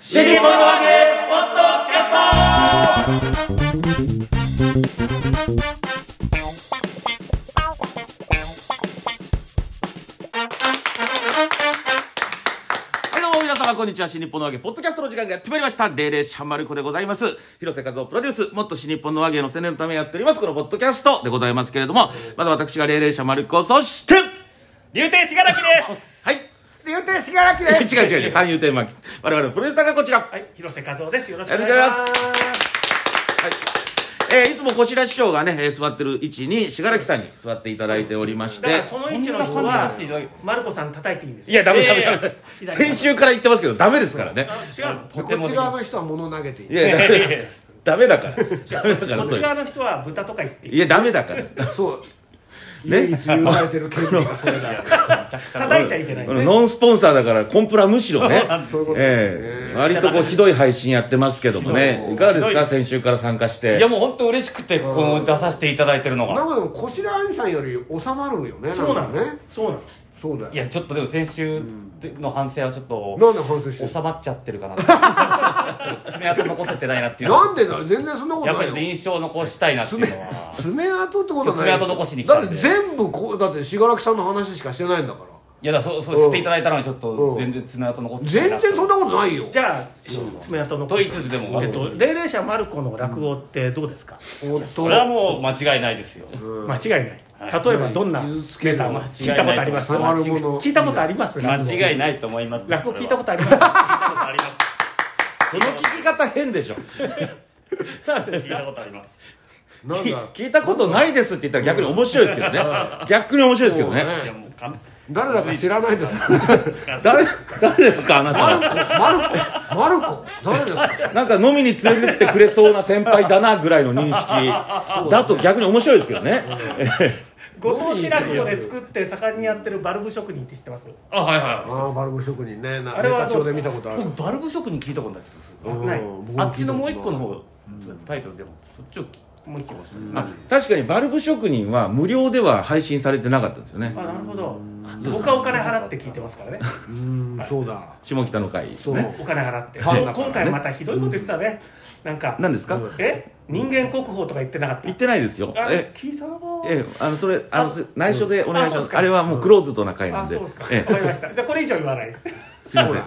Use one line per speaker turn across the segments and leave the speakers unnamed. シリコンワゲポッドキャストはいどうも皆様こんにちは新日本の和芸ポッドキャストの時間がやってまいりました霊霊シャンマルコでございます広瀬和夫プロデュースもっと新日本の和芸の宣伝のためやっておりますこのポッドキャストでございますけれどもまず私が霊霊シャンマルコそして
竜亭しがらきです。
はい
竜亭しがらきです。
違う違う三遊亭巻我々のプロデューサーがこちら
はい、広瀬和夫です。よろしく
あ
お
りがとうござい
願い
ま
し
す
ます。
えーいつも小白師匠がね、えー座ってる位置に、しがらきさんに座っていただいておりまし
だか
て
ら、その位置の人は、マルコさん叩いていいんですよ。
いや、ダメダメ
い
ダ
や
メ
いや、
先週から言ってますけど、ダメですからね。
違うの。
こっち側の人は物投げてい
い
る。
や、ダ
いやい
メ
や
ダメだ から。ダメだから、
こっ
そ
ち
れ。
側の人は豚とか言ってい
い
い。
や、ダメだから。
そう。
ね
唯一言われてる権利がそれ だ。
叩いちゃいけない。
このノンスポンサーだから、コンプラむしろね。
そういうこと
ええ、割とこう、ひどい配信やってますけどもね。いかがですか、先週から参加し
いや
て。
もう本当嬉しくてここ出させていただいてるの
な
が
んかでも小白兄さんより収まるよね。
そうなの
んかね
ね。。そうなの。
そうだよ。
いやちょっとでも先週の反省はちょっと
なんで反省して
収
る。
まっちゃってる かなちょっと爪痕残せてないなっていうの
なんでだ。全然そんなこと
やっぱ
な
りちょっと
いよ。
印象残したいなっていうのは
爪痕ってことはないでしょ。
爪痕残しに来たんで
だって全部こうだってしがらきさんの話しかしてないんだから。
いやだからそうそう
うん
していただいたのにちょっ
う
と
ん
全然爪痕残せてない
全
なって
然そんなことないよ。
じゃあ、爪痕の。
と言いつつでも
えっと、霊霊者マルコの落語ってどうですか。
おっと
それはもう間違いないですよ
間違いない。例えば、どんな
傷つ。け
ネ
る
タを聞いたことあります。
収まるもの。
聞いたことあります。
間違い
い。
ないと思います
落語聞いたこととあります。
あります
その聞き方変でしょ。
聞いたことあります
なんだ。
聞いたことないですって言ったら逆に面白いですけどね。逆に面白いですけど
そう
ね。
い
ね
やもう完
誰だか知らないです。
誰、誰ですか、あなたは。
マルコ。マルコ。誰です か。
なんか飲みに連れてってくれそうな先輩だなぐらいの認識だと逆に面白いですけどね。
ご当地落語で作って、盛んにやってるバルブ職人って知ってます。
あはいはい
ああバルブ職人ね。な
あれは
ネタ帳で見たことある。
僕バルブ職人聞いたことないですけど
うん
ない
僕
あ
も聞いたことない
っちのもう一個の方タイトルでもそっちを聞
もう一個。
あ確かにバルブ職人は無料では配信されてなかったんですよね
あ。なるほど僕はお金払って聞いてますからね
うーんそうだ
下北の会。
そう、
ね。
お金払って、
ファンだからね
今回またひどいこと言ってたね、なんか
何ですか
うん
え人間国宝とか言ってなかった
言ってないですよ。
あ
え、
聞いたな
ええ、あの、それ、あの、
あ
す内緒でお願いし
あそう
ま
です
す。
か
あれはもうクローズドな会なん
あ
で
そうですか、。
え
わかりましたじゃあこれ以上言わないです
え、すいません。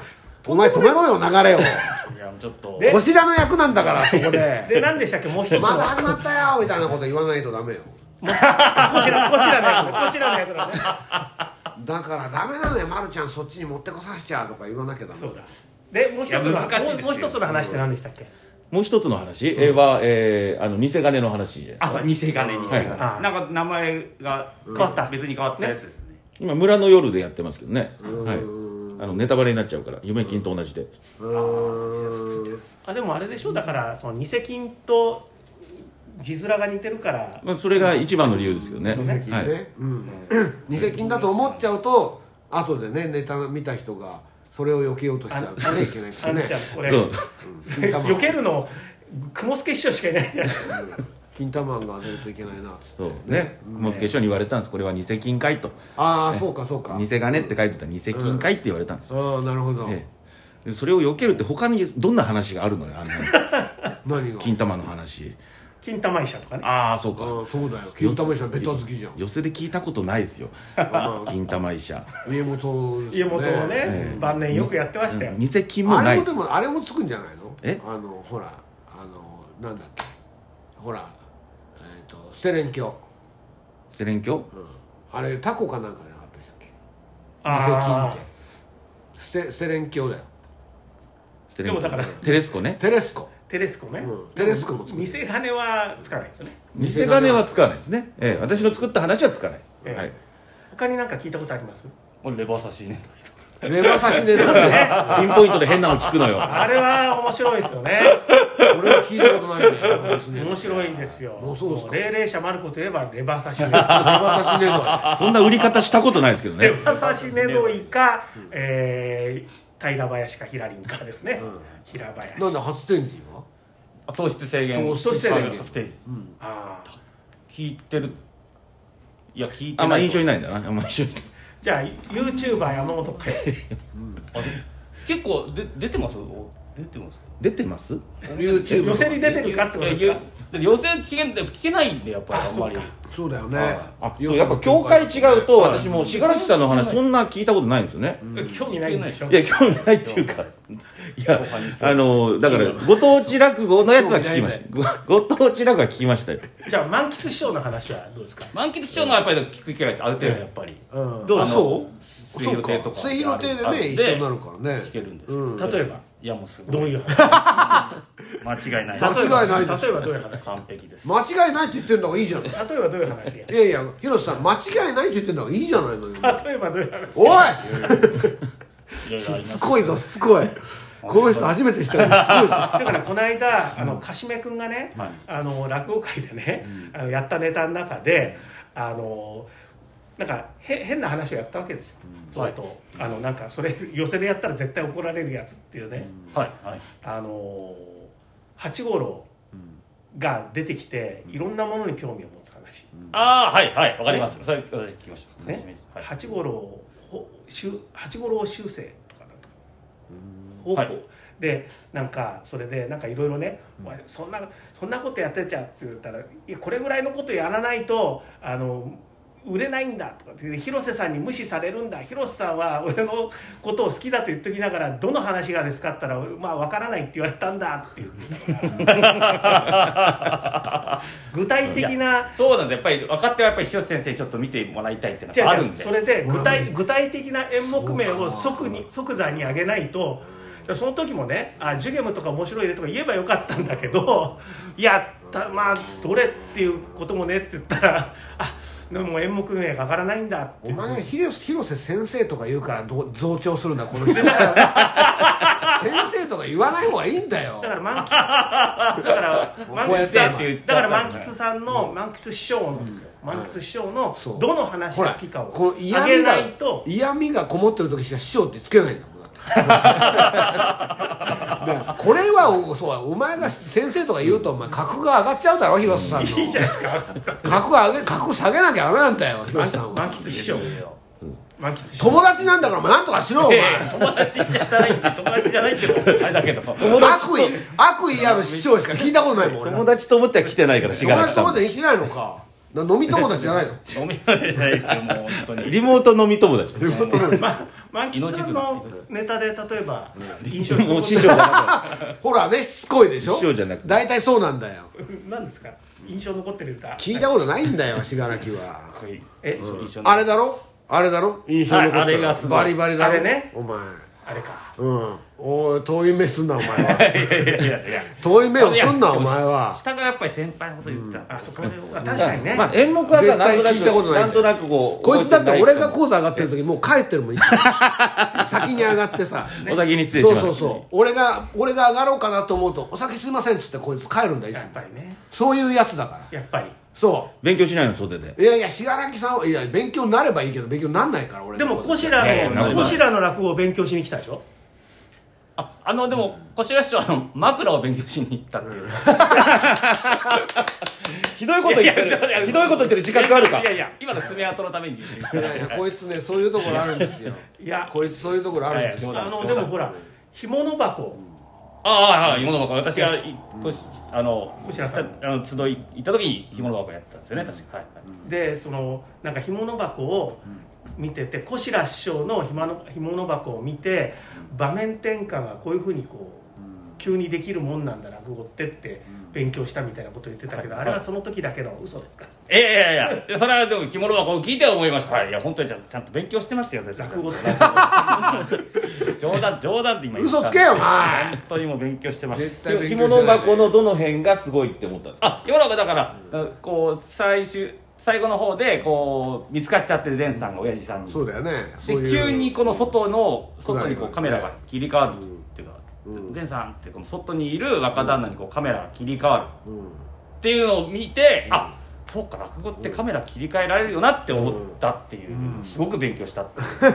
お前止めろよ流れを
くいやちょっと
で
こしらの役なんだからそ こで
で何でしたっけもう一つ
まだ
は
始まったよみたいなこと言わないとダメよ
こしらこしらの役だこしらの役だね
だからダメなのよまるちゃんそっちに持ってこさせちゃうとか言わなきゃダメ。
そうだでもう一つの
いや難しいですよ
もうもう一つの話って何でしたっけ
もう一つの話えは、えーあの、偽金の話です
あ、そう、偽金、偽金。
はい
はい
なんか名前が変
わった
別に変わったやつですね。
今、村の夜でやってますけどね。はいう
ーん
あの、ネタバレになっちゃうから、夢金と同じで。
うーん
あでもあれでしょだからその偽金と字面が似てるから
まあ、それが一番の理由ですけどね。はい。
ねうん偽金だと思っちゃうと後でねネタ見た人がそれを避けようとしちゃうからねいけないか
あ
ら
ん
ね
ちゃんこれ、
そう。
金玉
避けるの雲助師匠しかいない じゃないですか
金玉が出るといけないなつって
そうね、雲助師匠に言われたんです、これは偽金かいと、
ああそうかそうか
偽金って書いてた偽金かいって言われたんですよ、
ああなるほど
ええでそれを避けるって、他にどんな話があるのよ、あんなの
何が
金玉の話、
金玉医者とかね
ああ、そう
あ
か、
ーそうだよ金玉医者ベタ好きじゃん
寄せで聞いたことないですよ、金玉医者、
家元です
家
よね
元をね
ええ
晩年よくやってましたよ、
うん偽金も
あ
な
れ
い
も
で、
ですもあれもつくんじゃないの
え
あのほらあのなんだっけほらえっ、とステレン教、
セレン教、
うん、あれタコかなんかじゃなかったでしたっけ
あ
偽金ってステステレン教だよ
ステレン教
でもだから
テレスコね、
テレスコ
ーテレスコね、
うんテレスコも作る
偽金はつかないですよね
偽
偽金
金はつかないですね、ええ私の作った話はつかない、
ええ
はい、
他に何か聞いたことあります
俺、レバー刺しね。
レバ刺しねなんで
ピンポイントで変なの聞くのよ、
あれは面白いですよね
俺は聞いたことないねレバ刺し ね
面白いん
レ
ですよ
あそうですか
も霊々者マルコといえばレバ刺し
バ刺し ねの
そんな売り方したことないですけどね
レ。バ刺しネドイか、えー、平林かヒラリンかですね、
うん
平林
なんだ初展示は
あ糖質制限。
糖質制限
ステージ。
あー
聞いてる。いや、聞いて
あんま印象に
ない。
ないんだな。あんま印象にない
じゃあ YouTuber 山本かよ
あで結構で出てますお
出てますか
出てます
YouTube
寄せに出てるかってことですか
寄せ聞けん聞けないんでやっぱりあんまり
そうだよね
あそうやっぱ教会違うと私も信楽さんの話そんな聞いたことないんですよね、
興味ないんでしょ
いや興味ないっていう かいやあのだからご当地落語のやつは聞きましたごご当地落語は聞きましたよ
じゃあ満喫師匠の話はどうですか
満喫しちゃうのはやっぱり聞く機会ってある程度やっぱり
うん
どう
あ
ぞ
そう
水
そう
曜
か
亭とか
水曜亭で
あ
ね
る
一緒になるからね
聞けるんです
うん
例えば
いやもうすごい
どういう話
間違いない
間違いないです
例えばどういう話
完璧です
間違いないって言ってんだからいいじ ゃん
例
い
えばどういう話
やいや広瀬さん間違いないって言ってんだからいいじゃ ないのよ
例えばどういう話
おい
いろいろありま
しつ
す
こいぞしつこいこの人初めて知ったけどしつこいぞ
だ からこの間あのかしめ君がね、
はい
あの落語会でね、あのやったネタの中であのなんかへ変な話をやったわけですよ、それと、あのなんかそれ寄せでやったら絶対怒られるやつっていうね、
はいはい
あの八五郎が出てきて、いろんなものに興味を持つ話、
ああはいはいわかりますそれ私聞きました
ね
はい
八五郎ほしゅ八五郎修正とかなんとか方向、
はい
でなんかそれでなんかいろいろね、お前そんなそんなことやってちゃって言ったらいやこれぐらいのことやらないとあの売れないんだとかって広瀬さんに無視されるんだ広瀬さんは俺のことを好きだと言っときながらどの話がですかって言ったらまあ分からないって言われたんだっていう具体的な
そうなんですやっぱり分かってはやっぱり広瀬先生にちょっと見てもらいたいっていうの
違う
がある
違
ん
う
で
それで具
う
体
ん
具体的な演目名を即に即座に上げないとその時もね「あジュゲムとか面白いね」とか言えばよかったんだけどいやたまあどれっていうこともねって言ったら「あでも演目名が上がらないんだ」って
お前が広瀬広瀬先生とか言うからどう増長するんだこの 人先生とか言わない方がいいんだよ
だから満喫だから満喫さん
こうやって
言っち
だ
ゃ
か
った
ら
んだ
満喫さんの満喫師匠のですよ満喫師匠の
そう
どの話が好きか
ほら
を
この
上
嫌
げ
味
な
が
いと
嫌味がこもってる時しか師匠ってつけないんだもんだってだからこれはおそうだお前が先生とか言うとお前格が上がっちゃうだろ広瀬さんの
いいじゃないです か
格上げ格下げなきゃダメなんだよ広瀬さん
満
は
喫師匠満喫師匠
友達なんだからお前なんとかしろお前
ええ友達じゃないんで友達じゃないってことあれだ けど
友達
悪意悪意ある師匠しか聞いたことないもん俺
友達と思っては来てないから信
友
楽
達
さ
友
んも
達できないのかな飲み友達じゃないの
飲み屋じゃないですよもう本当に
リモート飲み友達
もう
満喫さんのネタで例えば印象
もう師
に
匠だ
ほらねしつこいでしょ
師匠じゃなくて
大体そうなんだよ
何ですか印象残ってる歌
聞いたことないんだよ信楽は
え
一緒に
あれだろあれだろ印象残ってる
あれがすごい
バリバリだろ
あれね
お前
あれか
うんおい遠い目すんなお前は
いやいやいやいや
遠い目をすんなお前は
下がやっぱり先輩のこと言ったら
あそこまであ確かにね
まあ、演目はさ
絶
な
対
んとな
聞いたこ
く
とない
なんとなくこう
こいつだって俺が
こ
講座上がってる時もう帰ってるもんいつ も先に上がってさ
お先に失礼し
そ
ま
う
す
そうそう俺が俺が上がろうかなと思うと「お先すいません」っつってこいつ帰るんだいつ
やっ
も
ぱりね
そういうやつだから
やっぱり
そ
勉強しないの袖で
ういやいや信楽さんはいや勉強になればいいけど勉強になんないから俺
で
の
も
こと
コシラ
いやいや
のコシラの落語を勉強しに来たでしょ
ああのでも小白師匠はあの枕を勉強しに行ったっていう
ひどいこと言ってるひどいこと言ってる自覚あるか
いやいや今の爪痕のために
いやいやこいつねそういうところあるんですよ
いや
こいつそういうところあるんですよ
いや
あのでもほら干物箱
ああはい今の箱私がいこしあの
こしらさん
あの集い行った時に干物箱やったんですよね確かはいはい
でそのなんか干物箱を見てて小白師匠の干物干物箱を見て場面転換がこういうふうにこう急にできるもんなんだ落語ってって勉強したみたいなこと言ってたけどあれはその時だけの嘘ですか
いやいやいやいやそれはでも着物箱を聞いては思いました、はい、いや本当にちゃんちゃんと勉強してますよ私
落語って
冗談冗談で今言った
嘘つけよお前
本当にもう勉強してます
絶対勉
着
強し
物
ない
箱のどの辺がすごいって思ったんですか
あ今のがだから、こう最終最後の方でこう見つかっちゃって前さんが親父さんに
そうだよねそういう
で急にこの外の外に
暗いうの
こカメラが切り替わるっていうか、前さんってこの外にいる若旦那にこうカメラが切り替わる
うん
っていうのを見て、あそうか落語ってカメラ切り替えられるよなって思ったっていう、すごく勉強したっていう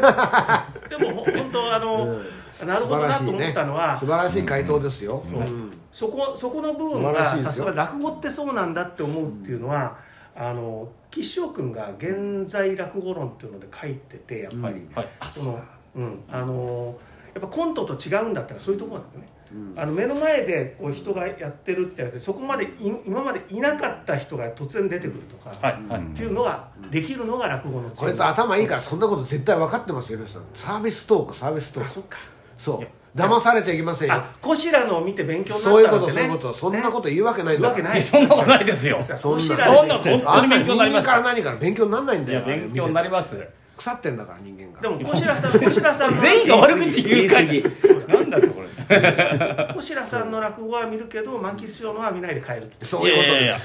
でもほ本当あの、
う
なるほどなと
素
思
晴らしいね
ったのは、
素晴らしい回答ですよ、うん
そこそこの部分
素晴らし
が
いですよ
さすが落語ってそうなんだって思うっていうのは、あの吉祥君が「現在落語論」っていうので書いててやっぱり、
はい、あ
その、うん、あのやっぱコントと違うんだったらそういうところなんだよね。あの目の前でこう人がやってるってやってそこまでい今までいなかった人が突然出てくるとか、
はいはい
っていうのができるのが落語の
こいつ
あ
頭いいからそんなこと絶対分かってますよ吉さんサービストークサービストーク
そっか
そう騙されちゃいけませんよ
あこしらのを見て勉強にな
そういう
った
こ
の
と
って
そう
ね
いうことそんなこと言うわけない
言
ん
う
だ
わけ
から
ない
そんなことないですよ
こしら
そん
で
な
勉強
本当に勉強になりまし
あん
た
な人間から何から勉強にならないんだ
い
よ
や勉強に
あ
な
れ
ります
見て腐ってんだから人間が
でもこしらさんこしらさんの
全員が悪口言うかなんだそれこれ
こしらさんの落語は見るけど満喫しようのは見ないで帰るって
そういうこと
や
で
い
す
や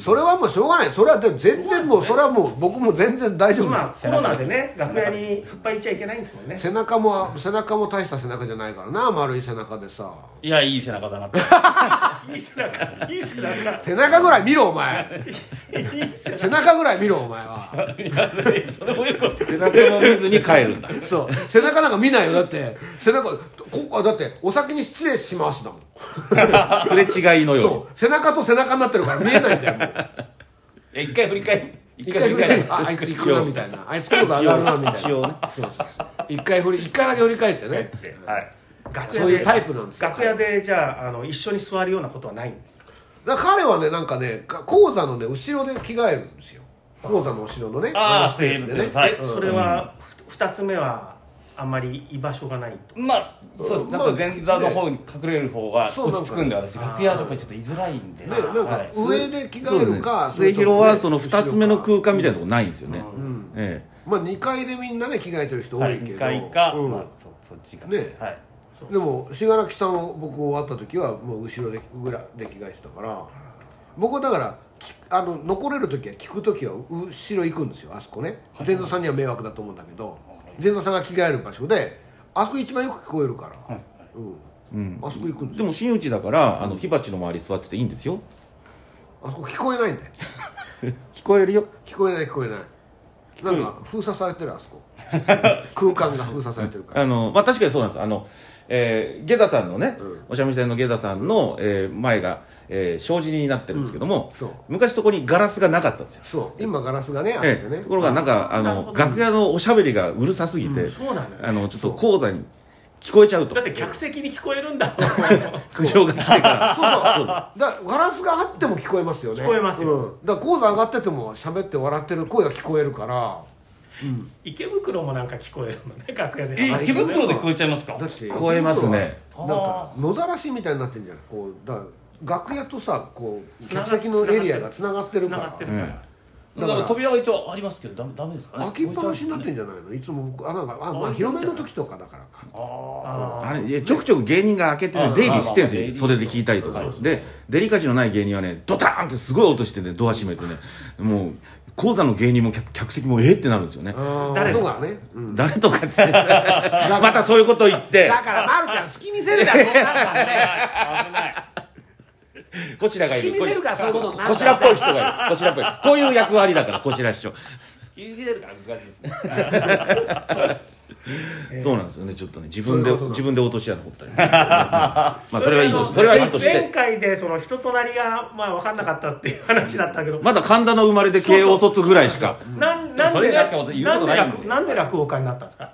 それはもうしょうがないそれはでも全然もうそれはもう僕も全然大丈夫
今コロナでね楽屋にいっぱいいちゃいけないんですもんね
背中も背中も大した背中じゃないからな丸い背中でさ
いやいい背中だなって
いい背中いい背中
背中ぐらい見ろお前
いい背中
背中ぐらい見ろお前はい
やそれもよく
背中も見ずに帰るんだ
そう背中なんか見ないよだって背中ここだってお先に失礼しますだもん
すれ違いのよ
そう背中と背中になってるから見えないんだよもう
え一回振り返る一
一
回
回
振
振
り
り返
返る
ってああいつ行くなみたいなあいつ今度上がるなみたい
一応ね
なそうそうそう一回振り一回だけ振り返ってね
はい
楽
そういうタイプなんですよ
楽屋でじゃああの一緒に座るようなことはないんですか
だから彼はねなんかねか講座のね後ろで着替えるんですよ講座の後ろのね
あー
のスペースでね
セーブはい
えそれはふ二つ目はあんまり居場所がないと
まあそうですなんか前座の方に隠れる方が
そう
落ち着くんで私楽屋はやっぱりちょっと居づらいんで
ねなん
は
か
い
上で着替えるか
そうですね末広はその
二
2つ目の空間みたいなとこないんですよね、え
まあ2階でみんなね着替えてる人多
はいい
けど、
二階か
うん
まあそそっちか
ね
はい
でも信楽さんを僕終わった時はもう後ろで裏で着替えてたから僕だからきあの残れる時は聞く時は後ろ行くんですよあそこね前座さんには迷惑だと思うんだけど前座さんが着替える場所であそこ一番よく聞こえるから、うんあそこ行く
え
んです
で
よ
も真打ちだからあの火鉢の周り座ってていいんですよ
あそこ聞こえないんだよ
聞こえるよ
聞こえない聞こえないなんか封鎖されてるあ そこ空間が封鎖されてるから
あの、まあ、確かにそうなんです。あの、えー、下座さんのね、
うん
お三味線の下座さんの、えー前が、えー障子になってるんですけども、
うんそう
昔そこにガラスがなかったんですよ。
そう今ガラスがねあって
え
ね、
えところがなんか、あ
なるほ
の、
ど
楽屋のおしゃべりがうるさすぎて、
うんそうなのよ
あの、ちょっと講座に聞こえちゃうと。
だって客席に聞こえるんだもん
苦情が来てから。
そうそうだからガラスがあっても聞こえますよね
聞こえますよ
うん、だから講座上がってても喋って笑ってる声が聞こえるから
池袋もなんか聞こえるのね楽屋で
え池袋で聞こえちゃいますか
だって
聞こえますね
なんか野ざらしみたいになってんじゃないこうだから楽屋とさこう
つなが
客席のエリアがつながってる
つ
か
なが
ら
ってる
う
から、
ん
だから扉が一応ありますけどダメダメですかね
開きっぱなしになってん
る
じゃないのいつも僕あなんかあ、ま
あ
あ、広めの時とかだからか
あ
あー
あれいやちょくちょく芸人が開けてね出入りしてるん
あ
ですよ
まあま
袖
あ
で聞いたりとか
そうそう
でデリカシーのない芸人はねドターンってすごい音してねドア閉めてねもう講座の芸人も客客席もえーってなるんですよね
あー
誰と
音がね、うん、
誰とかっつって またそういうこと言って
だからまるちゃん好き見せるからそうなるからね
ー危ない
こちらがいる
好き見せるからそういうことになる
こちらっぽい人がいるこちらっぽいこういう役割だからこちら師匠
聞いてるから難しいですね
そうなんですよねちょっとね自
そう
分
いう
で
ことなの
自分で落とし穴掘ったりまあそれはいいとしてそれはいいとし
前
て
回でその人となりがまあ分かんなかったっていう話だったけど、
まだ神田の生まれで慶応卒ぐらいしか
なんなん
そ
で
れぐらいしか
な
言うこと
んで
ないんで
落なんで落語家になったんですか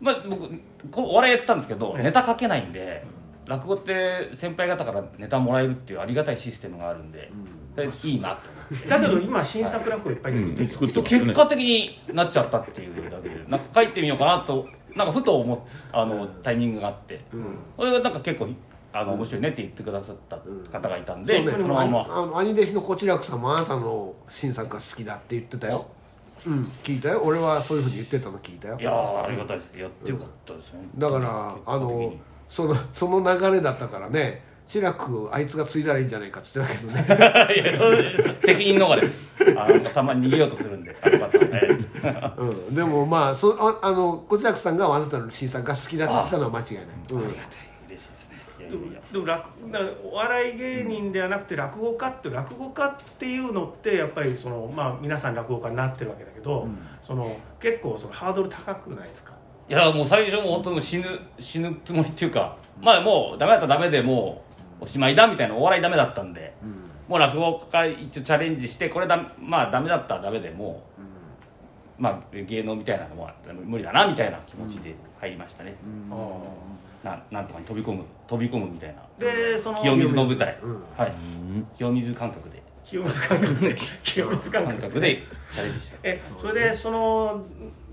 まあ僕こうお笑いやってたんですけどネタ書けないんで落語って先輩方からネタもらえるっていうありがたいシステムがあるんででいいなと
だけど今新作落語いっぱい作ってるじゃん
作ってますよ
結
ね
果的になっちゃったっていうだけでなんか書いてみようかなとなんかふと思っあのタイミングがあってそれがなんか結構あの面白いねって言ってくださった方がいたんで
そうね
そのまま
あの兄弟子のこちらくさんもあなたの新作が好きだって言ってたようん聞いたよ俺はそういうふうに言ってたの聞いたよ
いやーありがたいですやってよかったですね
だからあ
結果的
の
に
そのその流れだったからね志らくあいつが継いだらいいんじゃないかって言ってた けどね
いやそう責任逃れですあのたまに逃げようとするんであの方ね
うんでもまあそああのこちらくさんがあなたの新作が好きだって言ったのは間違いないうん
嬉しいですねいやい
で
や
も
いや
でも落なお笑い芸人ではなくて落語家って落語家っていうのってやっぱりその、まあ、皆さん落語家になってるわけだけど、その結構そのハードル高くないですか
いやもう最初もう本当にもう死ぬ死ぬつもりっていうかまあもうダメだったらダメでもうおしまいだみたいなお笑いダメだったんで、もう落語家一応チャレンジしてこれだまあダメだったらダメでもう、まあ芸能みたいなのも無理だなみたいな気持ちで入りましたね、
ああ
ななんとかに飛び込む飛び込むみたいな
でその
清水の舞台、
うん
はい、清水感覚で
清水感覚で清水感
感
覚
覚でチャレンジした
えそれでその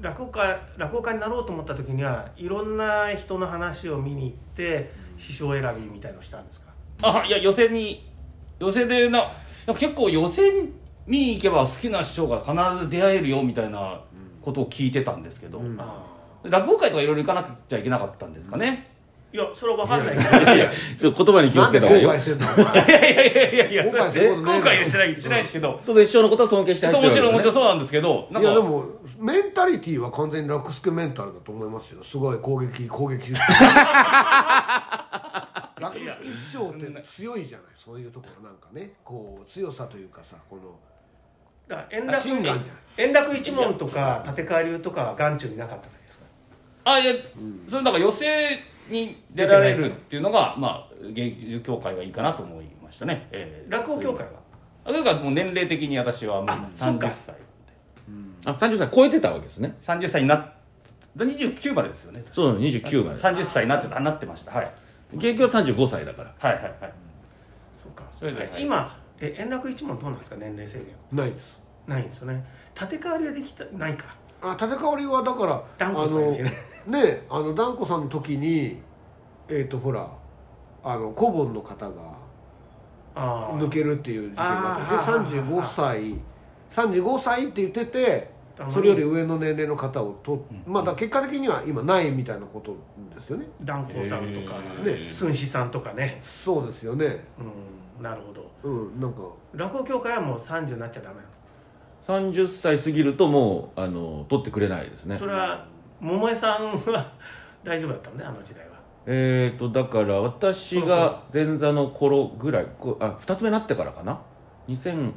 落語家落語家になろうと思った時にはいろんな人の話を見に行って師匠選びみたいのをしたんですか
あいや寄席に寄席でななんか結構寄席に見に行けば好きな師匠が必ず出会えるよみたいなことを聞いてたんですけど、
うん
あ
落語会とかいろいろ行かなくちゃいけなかったんですかね、
ーいやそれは分かんないけど
いやちょっと言葉に気を
な
つ
ん
け
で
た方がい
後
いよ
悔してんのお前
いやいやいやいやいや
後悔することねえ
後
な
悔はしてないしてないですけど、
当然師匠のことは尊敬して
そ
や
う
って
もちろんも
わけ
ち
だ
ろんそうなんですけど なん
い
か
やでもメンタリティーは完全に楽助メンタルだと思いますよすごい攻撃攻撃 する楽助師匠って強いじゃないそういうところなんかねこう強さというかさこの
だから円
あ信
楽
願じゃん
円楽一門とか立川流とかは眼中になかったんですか
あいや、それだから寄席に出られるっていうのがまあ芸術協会がいいかなと思いましたね、ええ
落語協会は
そういう落語協会はもう年齢的に私はもう
あそっか
30歳
あ30歳超えてたわけですね
30歳になっ29までですよね
そうなの29まで
30歳になってたなってましたはい
現役は35歳だから
はいはいはい
そうか
それではい
今え円楽一門どうなんですか年齢制限
ないです
ないんですよね立川流はできたないか
あ立川流はだから
断固
あ
とかい
の
うしね
ねあの團子さんの時にえっ、とほらあの顧問の方が
あ
抜
あ
けるっていう事件が
あ
あ
ー
ってで35歳35歳って言っててそれより上の年齢の方をと、まあ、だから結果的には今ないみたいなことですよね
断固さんとか
え
ね寸志さんとかね
そうですよね
うんなるほど
うんなんか
落語協会はもう30になっちゃダメなの
30歳過ぎるともうあの取ってくれないですね
それは桃江さんは 大丈夫だったのねあの時代は
えーとだから私が前座の頃ぐらいこあ2つ目になってからかな2006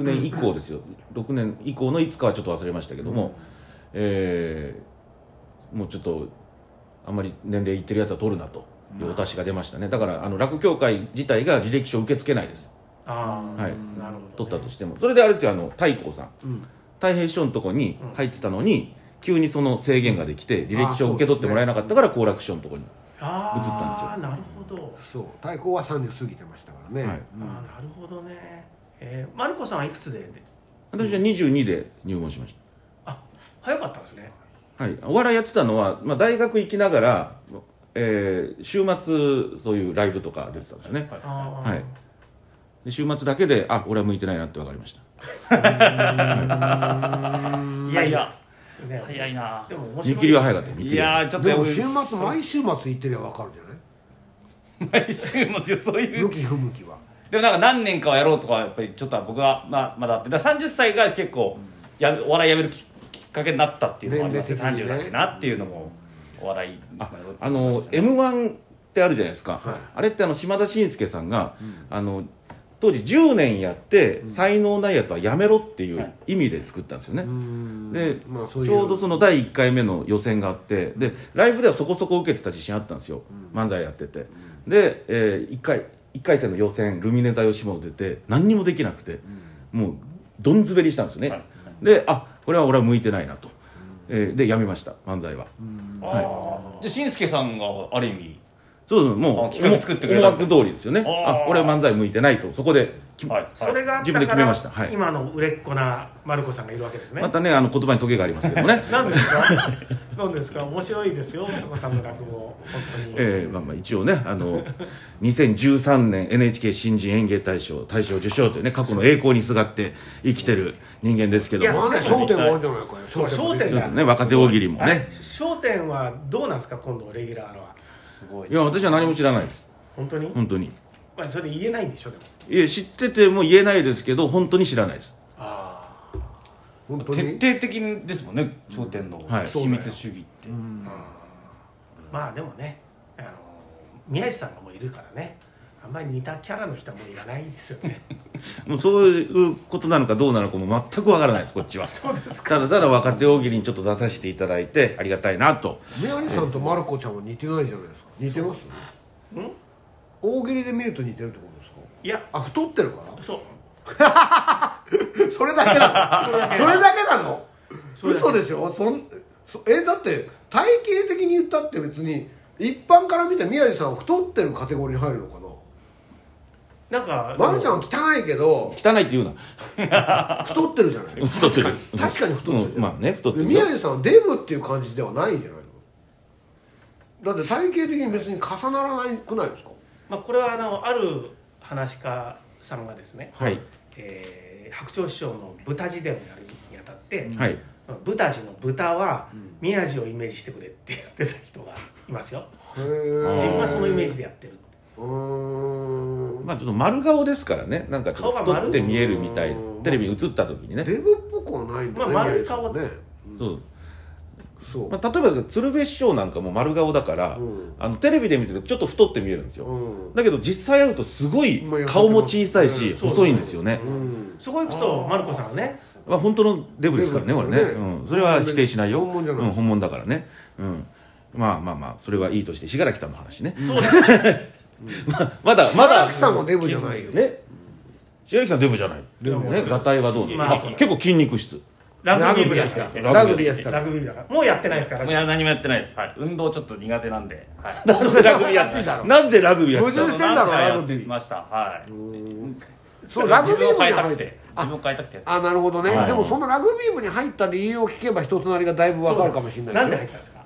年以降ですよ6年以降のいつかはちょっと忘れましたけども、えーもうちょっとあんまり年齢いってるやつは取るなというお達しが出ましたねだからあの落語協会自体が履歴書を受け付けないです
ああ、
はい
なるほどね、
取ったとしてもそれであれですよあの太閤さん
うん
太平師匠のとこに入ってたのに、急にその制限ができて履歴書を受け取ってもらえなかったから好楽師匠のとこに、
ああなるほど、
そう太鼓は30過ぎてましたからね、
はい
うん
ああなるほどねえー、マルコさんはいくつでで
私は22で入門しまし
あ早かったんですね
た、はい、お笑いやってたのは、まあ、大学行きながら、えー週末そういうライブとか出てたんですよね、
ああ
はい、で週末だけであ俺は向いてないなって分かりました
い
い
や
や
い
い
や
や、
ね、
早いな
でも面白い
見切りは早かった見切
い
りは
やーちょっと
で
やっ
も
ぱ
週末毎週末行ってりゃ分かるじゃな
毎週末そう
い
いう
向き不向きは
でもなんか何年かはやろうとかはやっぱりちょっと僕はまあまだあってだから30歳が結構やるお笑いやめるききっかけになったっていうのもありますね
年齢的
30
にね
だしなっていうのもお笑い
ああの m 1ってあるじゃないですか、あれってあの島田紳介さんが、あの当時10年やって、才能ないやつはやめろっていう意味で作ったんですよね、で、
まあそういう
ちょうどその第1回目の予選があってでライブではそこそこ受けてた自信あったんですよ、漫才やってて、で、え1回一回戦の予選ルミネ座吉本出て何にもできなくて、もうどん滑りしたんですよね、
はい
であこれは俺は向いてないなと、えーでやめました漫才は、
はいじゃあ紳助さんがある意味
そうそうも
あ
う
企画作ってくれた
思惑通りですよね
あー
あ俺は漫才向いてないとそこで、き
はい
それがあっ
自
たか
分で
ら
決めましたはい
今の売れっ子なマルコさんがいるわけですね、
またねあの言葉にトゲがありますけどもね
なんで すかなんですか面白いですよマルコさんの落語本当に、
えーまあまあ一応ねあの2013年 NHK 新人演芸大賞大賞受賞というね過去の栄光にすがって生きてる人間ですけど
いや
も
まあね焦点もあるんじゃないかよ
そう
も
焦点
ちょっ
が
とね若手大喜利もね
焦点はどうなんですか今度レギュラーは
すごい
いや私は何も知らないです
本当に、
本当に
まあ、それ言えないんでしょでも
いや知ってても言えないですけど本当に知らないです
あ
本当
徹
に
底的ですもんね頂点の
はい
秘密主義って、
あまあでもねあの宮治さんがもういるからねあんまり似たキャラの人はもういらないですよね
もうそういうことなのかどうなのかも全くわからないですこっちは
そうです
ただただ若手大喜利にちょっと出させていただいてありがたいなと
宮治さんとマルコちゃんは似てないじゃないですか似てます
うん
大喜利で見ると似てるってことですか
いや
あ太ってるか
そう
ら それだけな のそれだけなの
それだけ
嘘でしょそんそえだって体型的に言ったって別に一般から見て宮治さんは太ってるカテゴリーに入るのかな
なんか
まるちゃんは汚いけど
汚いって言うな
太ってるじゃない
太ってる
確かに太ってるじゃん
うんまあね太って
で
るよ
宮治さんはデブっていう感じではないんじゃないのだって体型的に別に重ならないくないですか
まあ、これはあのある話家さんがですね、
はい
えー白鳥師匠の「豚辞典」をやるにあたって、
はい
豚辞の豚は宮治をイメージしてくれって言ってた人がいますよ
へ
あ
え
ー
自分はそのイメージでやってる
うーん
まあちょっと丸顔ですからねなんかちょっと
顔が丸
太って見えるみたいなテレビ映った時にね
デブっぽくはないんだね、
まあ丸い
宮治さん
顔
ね
そう
そう、
まあ、例えばですけど鶴瓶師匠なんかも丸顔だから、
うん
あのテレビで見てるとちょっと太って見えるんですよ、
うん
だけど実際会うとすごい
まあ
顔も小さいし
うん
そう
細いんですよね、
うん
そこ行くとマルコさんはね
まあ、本当のデブですからね
デ
これ
ブ
ね
ですよね
うん、それは否定しないよ
本物じゃない
うん、本物だからね、うん、まあまあまあそれはいいとして信楽さんの話ね、
そうですね
まだま
ま
だ
ださんもデブじゃないよ
ね信楽さんデブじゃない
デブ
ねがたいはどう
まあ
あ結構筋肉質
ラグビー部
や
だ
って
か
た
ら
ラグビーやってた
ラグビー部だからもうやってないですから
もうや何もやってないです、はい、運動ちょっと苦手なんで、はい、
なんでラグビーやってたなんでラグビーやってた
どうしてんだろう
何回
ラグビー
やってましたはい
そうラグビ
自分
ー
を
部
変
に
えた
入
く
って
て自分を変えたくてです
あなるほどね、
はい
でもそのラグビー部に入った理由を聞けば人となりがだいぶわかるかもしれない
なんで入ったんですか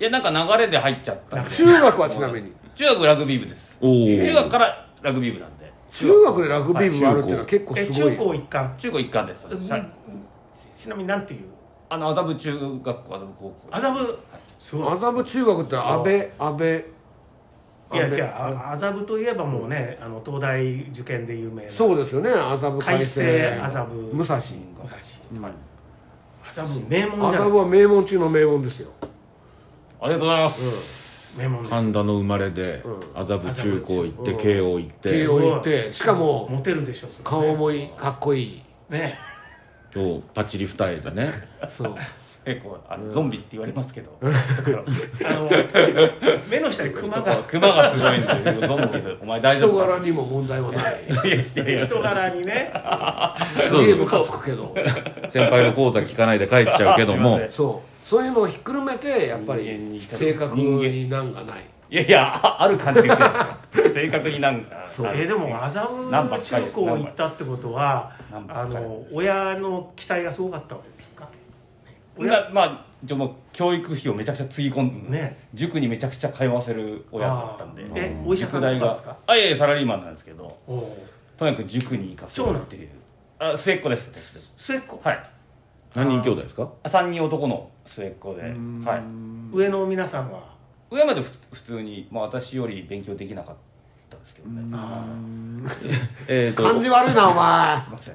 いやなんか流れで入っちゃったんで
中学はちなみに
中学ラグビー部です
おー
中学からラグビー部なんで
中学でラグビー部があるっていうのは結構
え
すご
中
い
高一貫
中高一貫です私
ちなみになんていう
あの麻布中学校麻布高校
麻布すごい
麻布中学って安倍安倍
いや
安倍
違うあ麻布といえばもうねあの東大受験で有名な
そうですよね麻布
開
開
成
成
麻布
武蔵
武蔵麻布名門じゃない
麻
で
布は名門中の名門ですよ
ありがとうございます、
すか名門です
神田の生まれで麻布中高行って慶応行って
慶応行ってしかも
モテるでしょそれね
顔もいいかっこいい
ね
そうパッチリ二重でね
そう
結構あの、ゾンビって言われますけど
あの目の下にクマが
クマがすごいんでゾンビでお前大丈
人
夫
柄
か
にも問題はない
いやいやい や
人柄にね
すげえムカつくけど
先輩の講座聞かないで帰っちゃうけども
すいません
そうそういうのをひっくるめてやっぱり性格に難がない
いやいやあある感じで言ってる正確になんか
そう
あの
えーでも麻布中高行ったってことは
何ば
あ
っかり
の親の期待がすごかったわけですか
なまあ一応もう教育費をめちゃくちゃつぎ込んで、
ね
塾にめちゃくちゃ通わせる親だったんで
あーえお医者さんだったんですか
塾代があいやいやサラリーマンなんですけど
おう
とにかく塾に行かせるっていうあ末っ子です
末っ子
はい
何人兄弟ですか
3人男の末っ子で、はい、
上の皆さんは
上までふつ普通に、まあ、私より勉強できなかったですけどね
えーと
感じ悪いなお前
すいません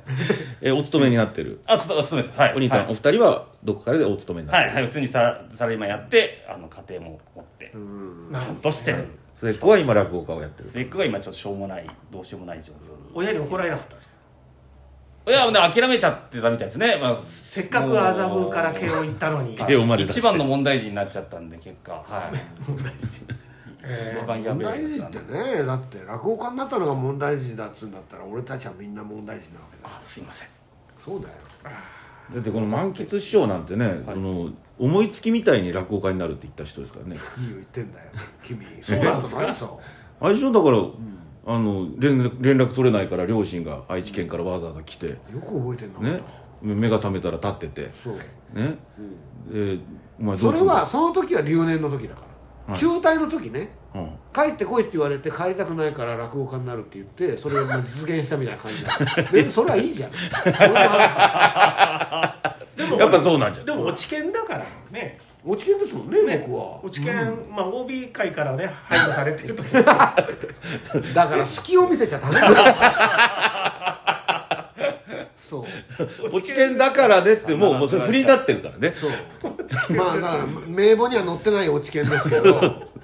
えーお勤めになってる
あつと勤めてはい
お兄さん、
は
お
い
二人はどこからでお勤めになっ
は
て
い、
る、
はい、普通にササラリーマンやってあの家庭も持って
なん
ちゃんとしてる
末っ子は今落語家をやってる
末っ子が今ちょっとしょうもないどうしようもない状況に
親に怒られなかったんですか
いやで諦めちゃってたみたいですね、まあ、
せっかく麻布から慶応行ったのに
はい慶応まで出して
一番の問題児になっちゃったんで結果はい
え
一番や
問
べえ
題
やつ
児
な
っ
んで
てねだって落語家になったのが問題児だっつうんだったら俺たちはみんな問題児なわけだ
あすいません
そうだよ
だってこの満喫師匠なんてね、この思いつきみたいに落語家になるって言った人ですからね
いいよ言ってんだよ君
そうなんですか
そなことないさ
あれでしょだから、あの連絡連絡取れないから両親が愛知県からわざわざ来て、
よく覚えてんな
ね目が覚めたら立ってて
そう
ね、でお前ど
そう
す
れ
るんだ
はその時は留年の時だから、
はい
中退の時ね
うん
帰ってこいって言われて帰りたくないから落語家になるって言ってそれをまあ実現したみたいな感じだ別にそれはいいじゃん俺の話
やっぱそうなんじゃ
ー
ん
でも落ち研だからね
落ち見ですもんね
ね
僕は
落ち研まあ OB 会からね排除されてるとしても
だから隙を見せちゃダメだそう
落ち券だからねってもうもうそれ振りになってるからね、
そうまあだから名簿には載ってない落ち見ですけど、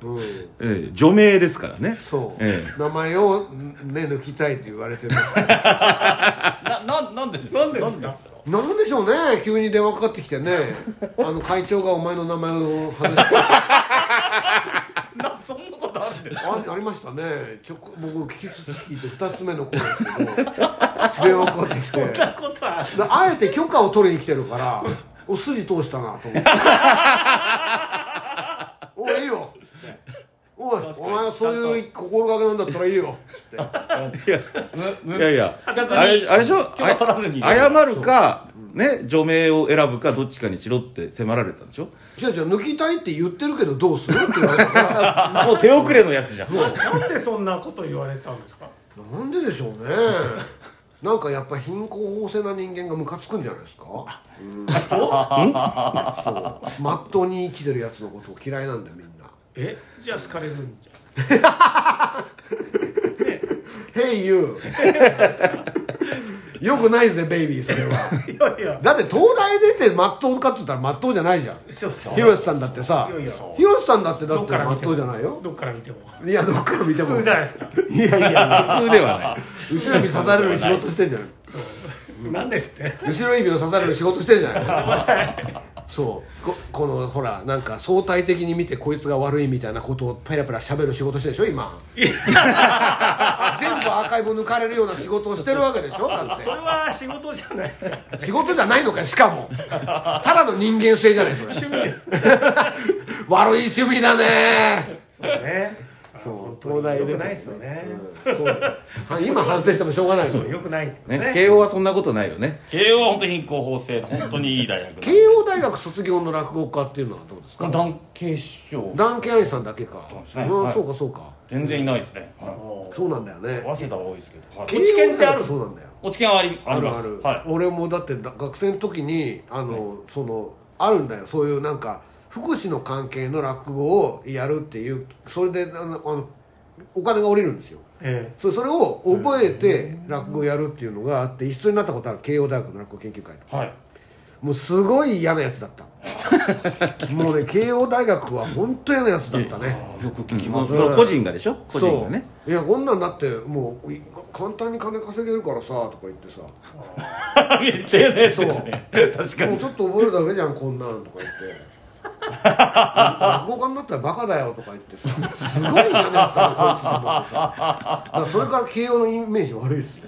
うん、
ええ除名ですからね
そう、
ええ
名前を目抜きたいって言われてる
なななんでです
なんでですか
なんでしょうね急に電話かかってきてねあの会長がお前の名前を話して
なそんなことあるんですか
あありましたねちょこ僕聞きつつ聞いて2つ目の子ですけど電話かかってきて
そんなことは
であえて許可を取りに来てるからお筋通したなと思って「おいいよ」っつっておいお前はそういう心がけなんだったらいいよつって
むむ
いやいやあ
恥ずかしい
れあれでしょ
今日は取らずに
あや謝るかね除名を選ぶかどっちかにしろって迫られたんでしょ
じゃあじゃあ抜きたいって言ってるけどどうするって言われたから
もう手遅れのやつじゃん
なんでそんなこと言われたんですか
なんで でしょうねなんかやっぱ貧困法制な人間がムカつくんじゃないですかうんそうまっとうに生きてるやつのことを嫌いなんだよみんな
えじゃあ好かれるんじゃ ん
「Hey you」よくないぜベイビーそれはい
やいや
だって東大出てまっとうかって言ったらまっとうじゃないじゃん
そうそう
広瀬さんだってさ
いやいや
広瀬さんだってだ
ど
っ
ってから
ま
見
ってとう
も
じゃないよ
どっから見ても
いやどっから見ても
普通じゃないですか
いやいや
普通ではない
後ろ指刺される仕事してんじゃない
なんですって
後ろ指を刺される仕事してんじゃないそうここのほらなんか相対的に見てこいつが悪いみたいなことをペラペラ喋る仕事してるでしょ今全部アーカイブ抜かれるような仕事をしてるわけでしょだ
それ
っ
は仕事じゃないから
て仕事じゃないのかよしかもただの人間性じゃないそれ
趣味
悪い趣味だね
だね
そう
東大
東大
よ
出て
くないですよね
そう今反省してもしょうがないですよ
よくないです よ
ね慶応はそんなことないよね
慶応は本当に貧困法制本当にいい大学
慶応大学卒業の落語家っていうのはどうですか
団慶師匠
ダンケアイさんだけか
うですね
うん
はい
そうかそうか
全然いないですね、はい
そうなんだよね
早稲田は多いですけど、はい、
落ち研ってある
そうなんだよ
落ち研はありあ
あ
り
る
ます
ある、
はい
俺もだってだ学生の時にあの、そのあるんだよそういうなんか福祉の関係の落語をやるっていうそれであのあのお金が下りるんですよ
え
そそれを覚えて落語をやるっていうのがあって一緒になったことある慶応大学の落語研究会と
はい
もうすごい嫌なやつだったもうね慶応大学は本当嫌なやつだったね
よく聞き
そ
ま
の
す、
その個人がでしょ個
そう
人がね
いやこんなんだってもうい簡単に金稼げるからさとか言ってさ
めっちゃ嫌なやつですね確か
もう
に
ちょっと覚えるだけじゃんこんなんとか言って落語家になったらバカだよとか言ってさすごい嫌なやつだなこいつと思ってさだからそれから慶応のイメージ悪いですね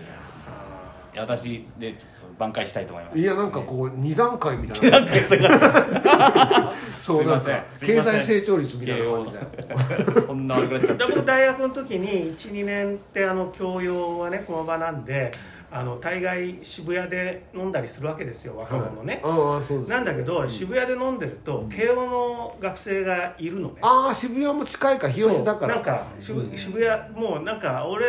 いや私でちょっと挽回したいと思います
いやなんかこう二段階みたい
二
な
段階下がっ
そうなん
すい
か
ません
経済成長率みたいな感じだよ
た こんな悪くなっちゃっ
えで僕大学の時に12年ってあの教養はね駒場なんであの大概渋谷で飲んだりするわけですよ若者ね、
ああそうです
なんだけど、渋谷で飲んでると慶応の学生がいるのね
ああ渋谷も近いか日吉だから
なんか渋渋谷もうなんか俺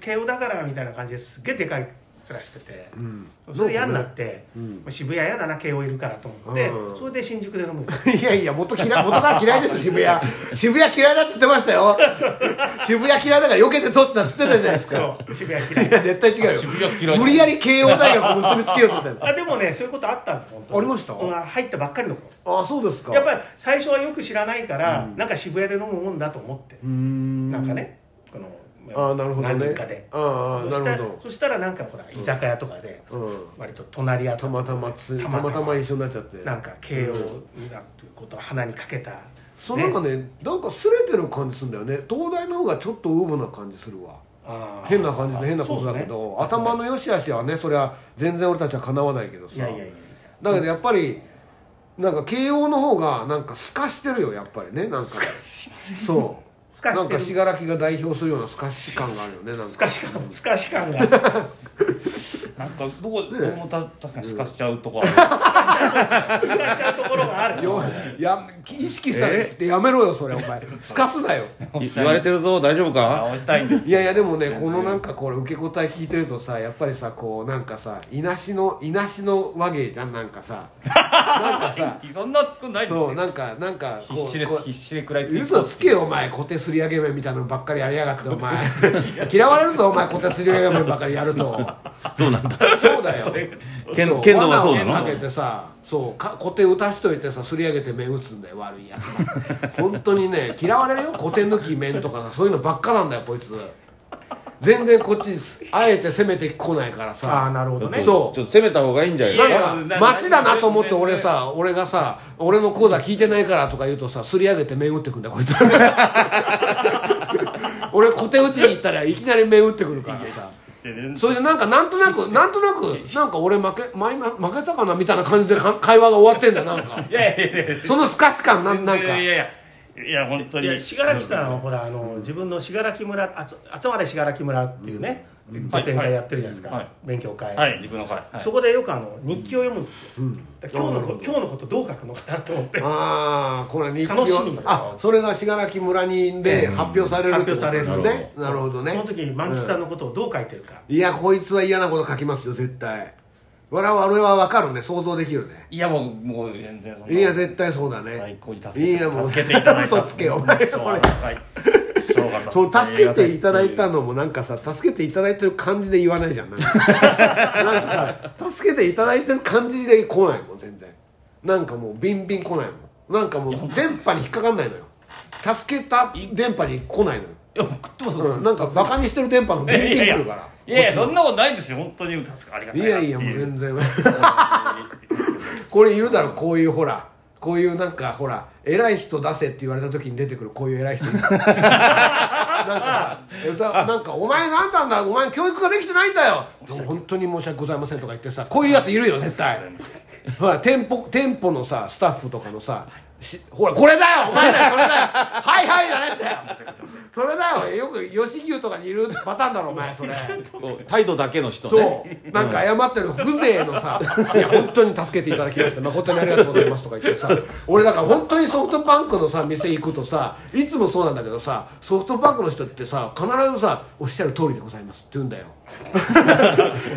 慶応だからみたいな感じですっげえでかい面してて、
うん
それ嫌になって、
うん
渋谷嫌だな慶応いるからと思って、
うん
それで新宿で飲 むよ
いやいや元嫌い元から嫌い でしょ渋谷渋谷嫌いだって言ってましたよ渋谷嫌いだから避けて取ってたって言ってたじゃないですか
そう渋谷嫌い
いや絶対違うよ
渋谷嫌い
無理やり慶応大学を結びつけようとしてる
あでもね そういうことあったんです本当に
ありました
うん入ったばっかりの頃
ああそうですか
やっぱり最初はよく知らないから、なんか渋谷で飲むもんだと思って、
うん
なんかねこの
ああなるほどね
何人かで
ああ
そした
な
ら
るほ
そしたらなんかほら居酒屋とかで、
ど、うん、
割と隣り合った
またまつ
た
た
ま
ま
たま
たま一緒になっちゃって
なんか慶応だということを鼻にかけた、
そうなんかねなんかすれてる感じするんだよね東大の方がちょっとウブな感じするわ
あー
変な感じで変なことだけど、頭の良し悪しはねそれは全然俺たちはかなわないけどさ
いやいやいやいや
だけどやっぱりなんか慶応の方がなんか透かしてるよやっぱりねなんかそう
透かしてる
なんか信楽が代表するような透かし感があるよねなん
ス
か
カシ感スカシ感が
たなんか僕僕もた確かにすかしちゃうとこあ
スカしちゃうところがある
よ や意識したらやめろよそれお前透かすなよ
い言われてるぞ大丈夫
る
か
直したいんです
いやいやでもねこのなんかこれ受け答え聞いてるとさやっぱりさこうなんかさいなしのいなしの和芸じゃんなんかさなんかさ
そんなことないです
そう
よ
なんかなんかこう
必死で
こう
す必死で食らいついて
嘘つけよお前小手すり上げ目みたいなのばっかりやりやがってお前嫌われるぞお前小手すり上げ目ばっかりやると
そうなんだ
そうだよ
剣
そう
剣道はそうなの
罠をかけてさそうか小手打たしといてさすり上げて面打つんだよ悪いやつが本当にね嫌われるよ小手抜き面とかさそういうのばっかなんだよこいつ全然こっちあえて攻めてこないから
ああ
さ
なるほどね
そう
ちょっと攻めた方がいいんじゃないですか
なんか街だなと思って俺さ俺がさ俺の講座聞いてないからとか言うとさすり上げて面打ってくんだよこいつ 俺小手打ちに行ったらいきなり面打ってくるからさそれでなんかなんとなくなんとなくなんか俺負けマイナ負けたかなみたいな感じでか会話が終わってんだよなんか
いやいやいやいや
そのスカス感なんなん
い
か
やいやいいや本当
いや
に
信楽さんはほらあの自分の信楽村あつ集まれ信楽村っていうね拠点会やってるじゃないです
はいは
か
い
勉強会
はい自分の会、はい、
そこでよくあの日記を読むんですよ、
ん
だから今日のこ今日のことどう書くのかなと思って
ああこれ日記を
楽しみ
あそれが信楽村にで発表されるってことです
発表され
ねなるほどね
その時に万吉さんのことをどう書いてるか、
いやこいつは嫌なこと書きますよ絶対我々は分かるね想像できるね
いやもうもう全然そんない
や絶対そうだね
最高に助けて
いやもう
助けていただいた
嘘つけよお前
しょうがないしょうがない
その助けていただいたのもなんかさ助けていただいてる感じで言わないじゃ んなんかなんかさ助けていただいてる感じで来ないもん全然なんかもうビンビン来ないもんなんかもう電波に引っかかんないのよ助けた電波に来ないのよ
いや食ってますよ
うんなんかバカにしてる電波のビンビン来るから
いやいやそんなことないんですよ本当に助かありがたい
い
なっ
や
て
いやもう
う
全 然これいるだろこういうほらこういうなんかほら偉い人出せって言われた時に出てくるこういう偉い人 なんかさえだなんか「お前なんなんだお前教育ができてないんだよ」でも本当に申し訳ございませんとか言ってさこういうやついるよ絶対ほら店舗店舗のさスタッフとかのさしほらこれだよお前だよそれだよはいはいじゃないんだよそれだよよく吉牛とかにいるパターンだろお前それ。
こう態度だけの人ね
そうなんか謝ってる風情のさ「いや本当に助けていただきまして誠にありがとうございます」とか言ってさ俺だから本当にソフトバンクのさ店行くとさいつもそうなんだけどさソフトバンクの人ってさ必ずさ「おっしゃる通りでございます」って言うんだよ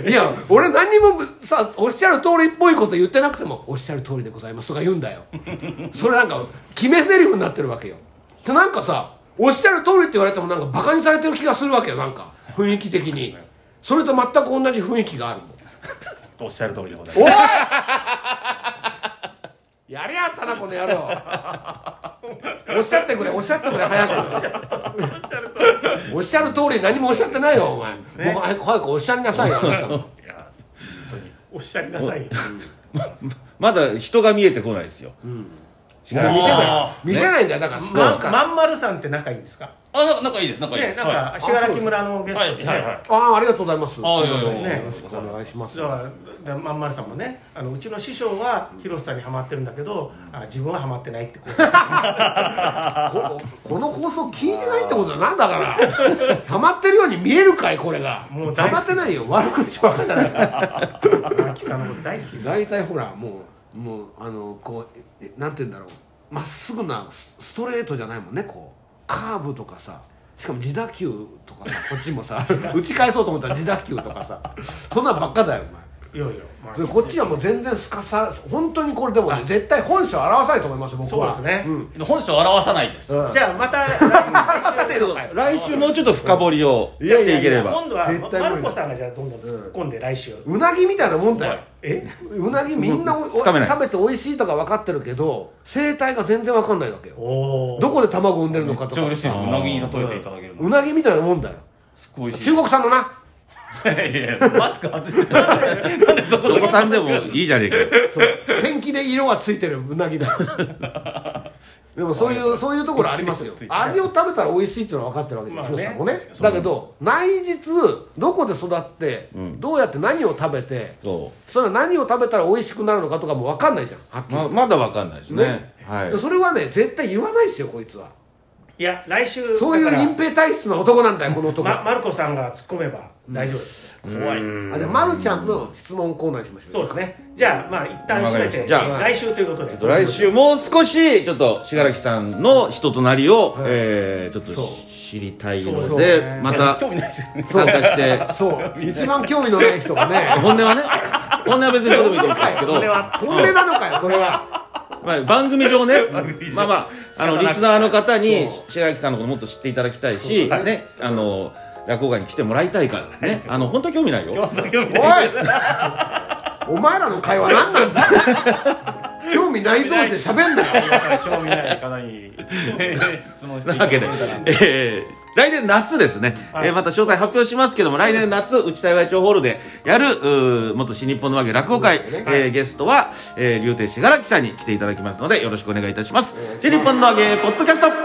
いや俺何にもさおっしゃる通りっぽいこと言ってなくても「おっしゃる通りでございます」とか言うんだよそれなんか決め台詞になってるわけよでなんかさおっしゃる通りって言われてもなんかバカにされてる気がするわけよなんか雰囲気的にそれと全く同じ雰囲気があるの
おっしゃる通りでござい
お
ま
いやりやったなこの野郎おっしゃってくれおっしゃってくれ早くおっしゃる通り何もおっしゃってないよお前、もう早く早くおっしゃりなさいよあなたも
すいや本当に
おっしゃりなさいよ
まだ人が見えてこないですよ、違う
おー
見せない見せないんだよだからスカス
ま
カ、
まんまるさんって仲いいんですか
あな仲いいです仲いいで
ね
す
なんか信楽村のゲス
はい
ト
は
で
い
ね
はいはい
ああありがとうございます
あいやいや
ね
い
や
よろしくお願いします
だからまんまるさんもねあのうちの師匠は広瀬さんにはまってるんだけど、あ自分ははまってないって こと
ここの放送聞いてないってことだなんだから 溜まってるように見えるかいこれが
もう
溜
大好
ま
き
ってないよ悪口ばっかじゃないから
マキさんのこと大好きです
大体ほらもうもうあのこうえなんて言うんだろうまっすぐなスストレートじゃないもんねこうカーブとかさしかも自打球とかさこっちもさ打ち返そうと思ったら自打球とかさそんなんばっかだよお前
いやいや、まあ
それこっちはもう全然すかさ本当にこれでもね絶対本性を表さないと思いますよ僕は
そうですね
ん
本性を表さないです
うん
じゃあま た
表さねえのかよ
来週もうちょっと深掘りを
いや
していければ
今度は
絶対無理
マルコさんがじゃあどんどん突っ込んで来週、
うなぎみたいなもんだよ
え
うなぎみんなお
つかめない
食べて美味しいとか分かってるけど生態が全然分かんないわけよ
おお
どこで卵産んでるのか
めっ
と
ちゃ
か
嬉しいですうなぎに例えていただける
う
の
なぎみたいなもんだよ
すごい美味しい
中国産のな
いやいやマスク外してたなんでそこ
どこさんでもいいじゃねえかよ
そうペンキで色がついてるうなぎだよでもそういうそういうところありますよ
ついてる
味を食べたら美味しいっていうのは分かってるわけで
まあ
す
ね
よ、まもねだけど内実どこで育って、
ん
どうやって何を食べて
そ
それは何を食べたら美味しくなるのかとかも分かんないじゃんはっき
う
り
ままだわかんないですね
ね
はい
それはね絶対言わないですよこいつはい
や来週
そういう
だから
隠蔽体質な男なんだよこの男
ま、マルコさんが突っ込めば大丈夫です、
怖い
あじゃあ、ま、るちゃんの質問コーナーにしましょう
そうですねじゃあまあ一旦締めて
わかりました
来週ということで
ちょっと来週もう少しちょっと信楽さんの人となりを、えーちょっと
そう
知りたいの
そう
で、
ね
ま た
興味ないですよね
参加して
そう一番興味のない人がね
本音はね本音は別にどうでもいいと思うんですけど
これは
本音なのかよそれは
まあ、番組上ねまあまああの
仕方なく
リスナーの方に白木さんのこともっと知っていただきたいし、ねあの落語会に来てもらいたいからねあの本当に興味ないよ
興味
おい
ない
お前らの会話何なんだ興味ない同士で喋んなよ
だから興味ない方に 質問して
なわけで、えー来年夏ですね、
はい
えーまた詳細発表しますけども来年夏内田岩町ホールでやるうー元新日本のわけ落語会、
そうです
え
ね
ーゲストは、えー、竜亭信楽さんに来ていただきますのでよろしくお願いいたします
お願いします
新日本のわけポッドキャスト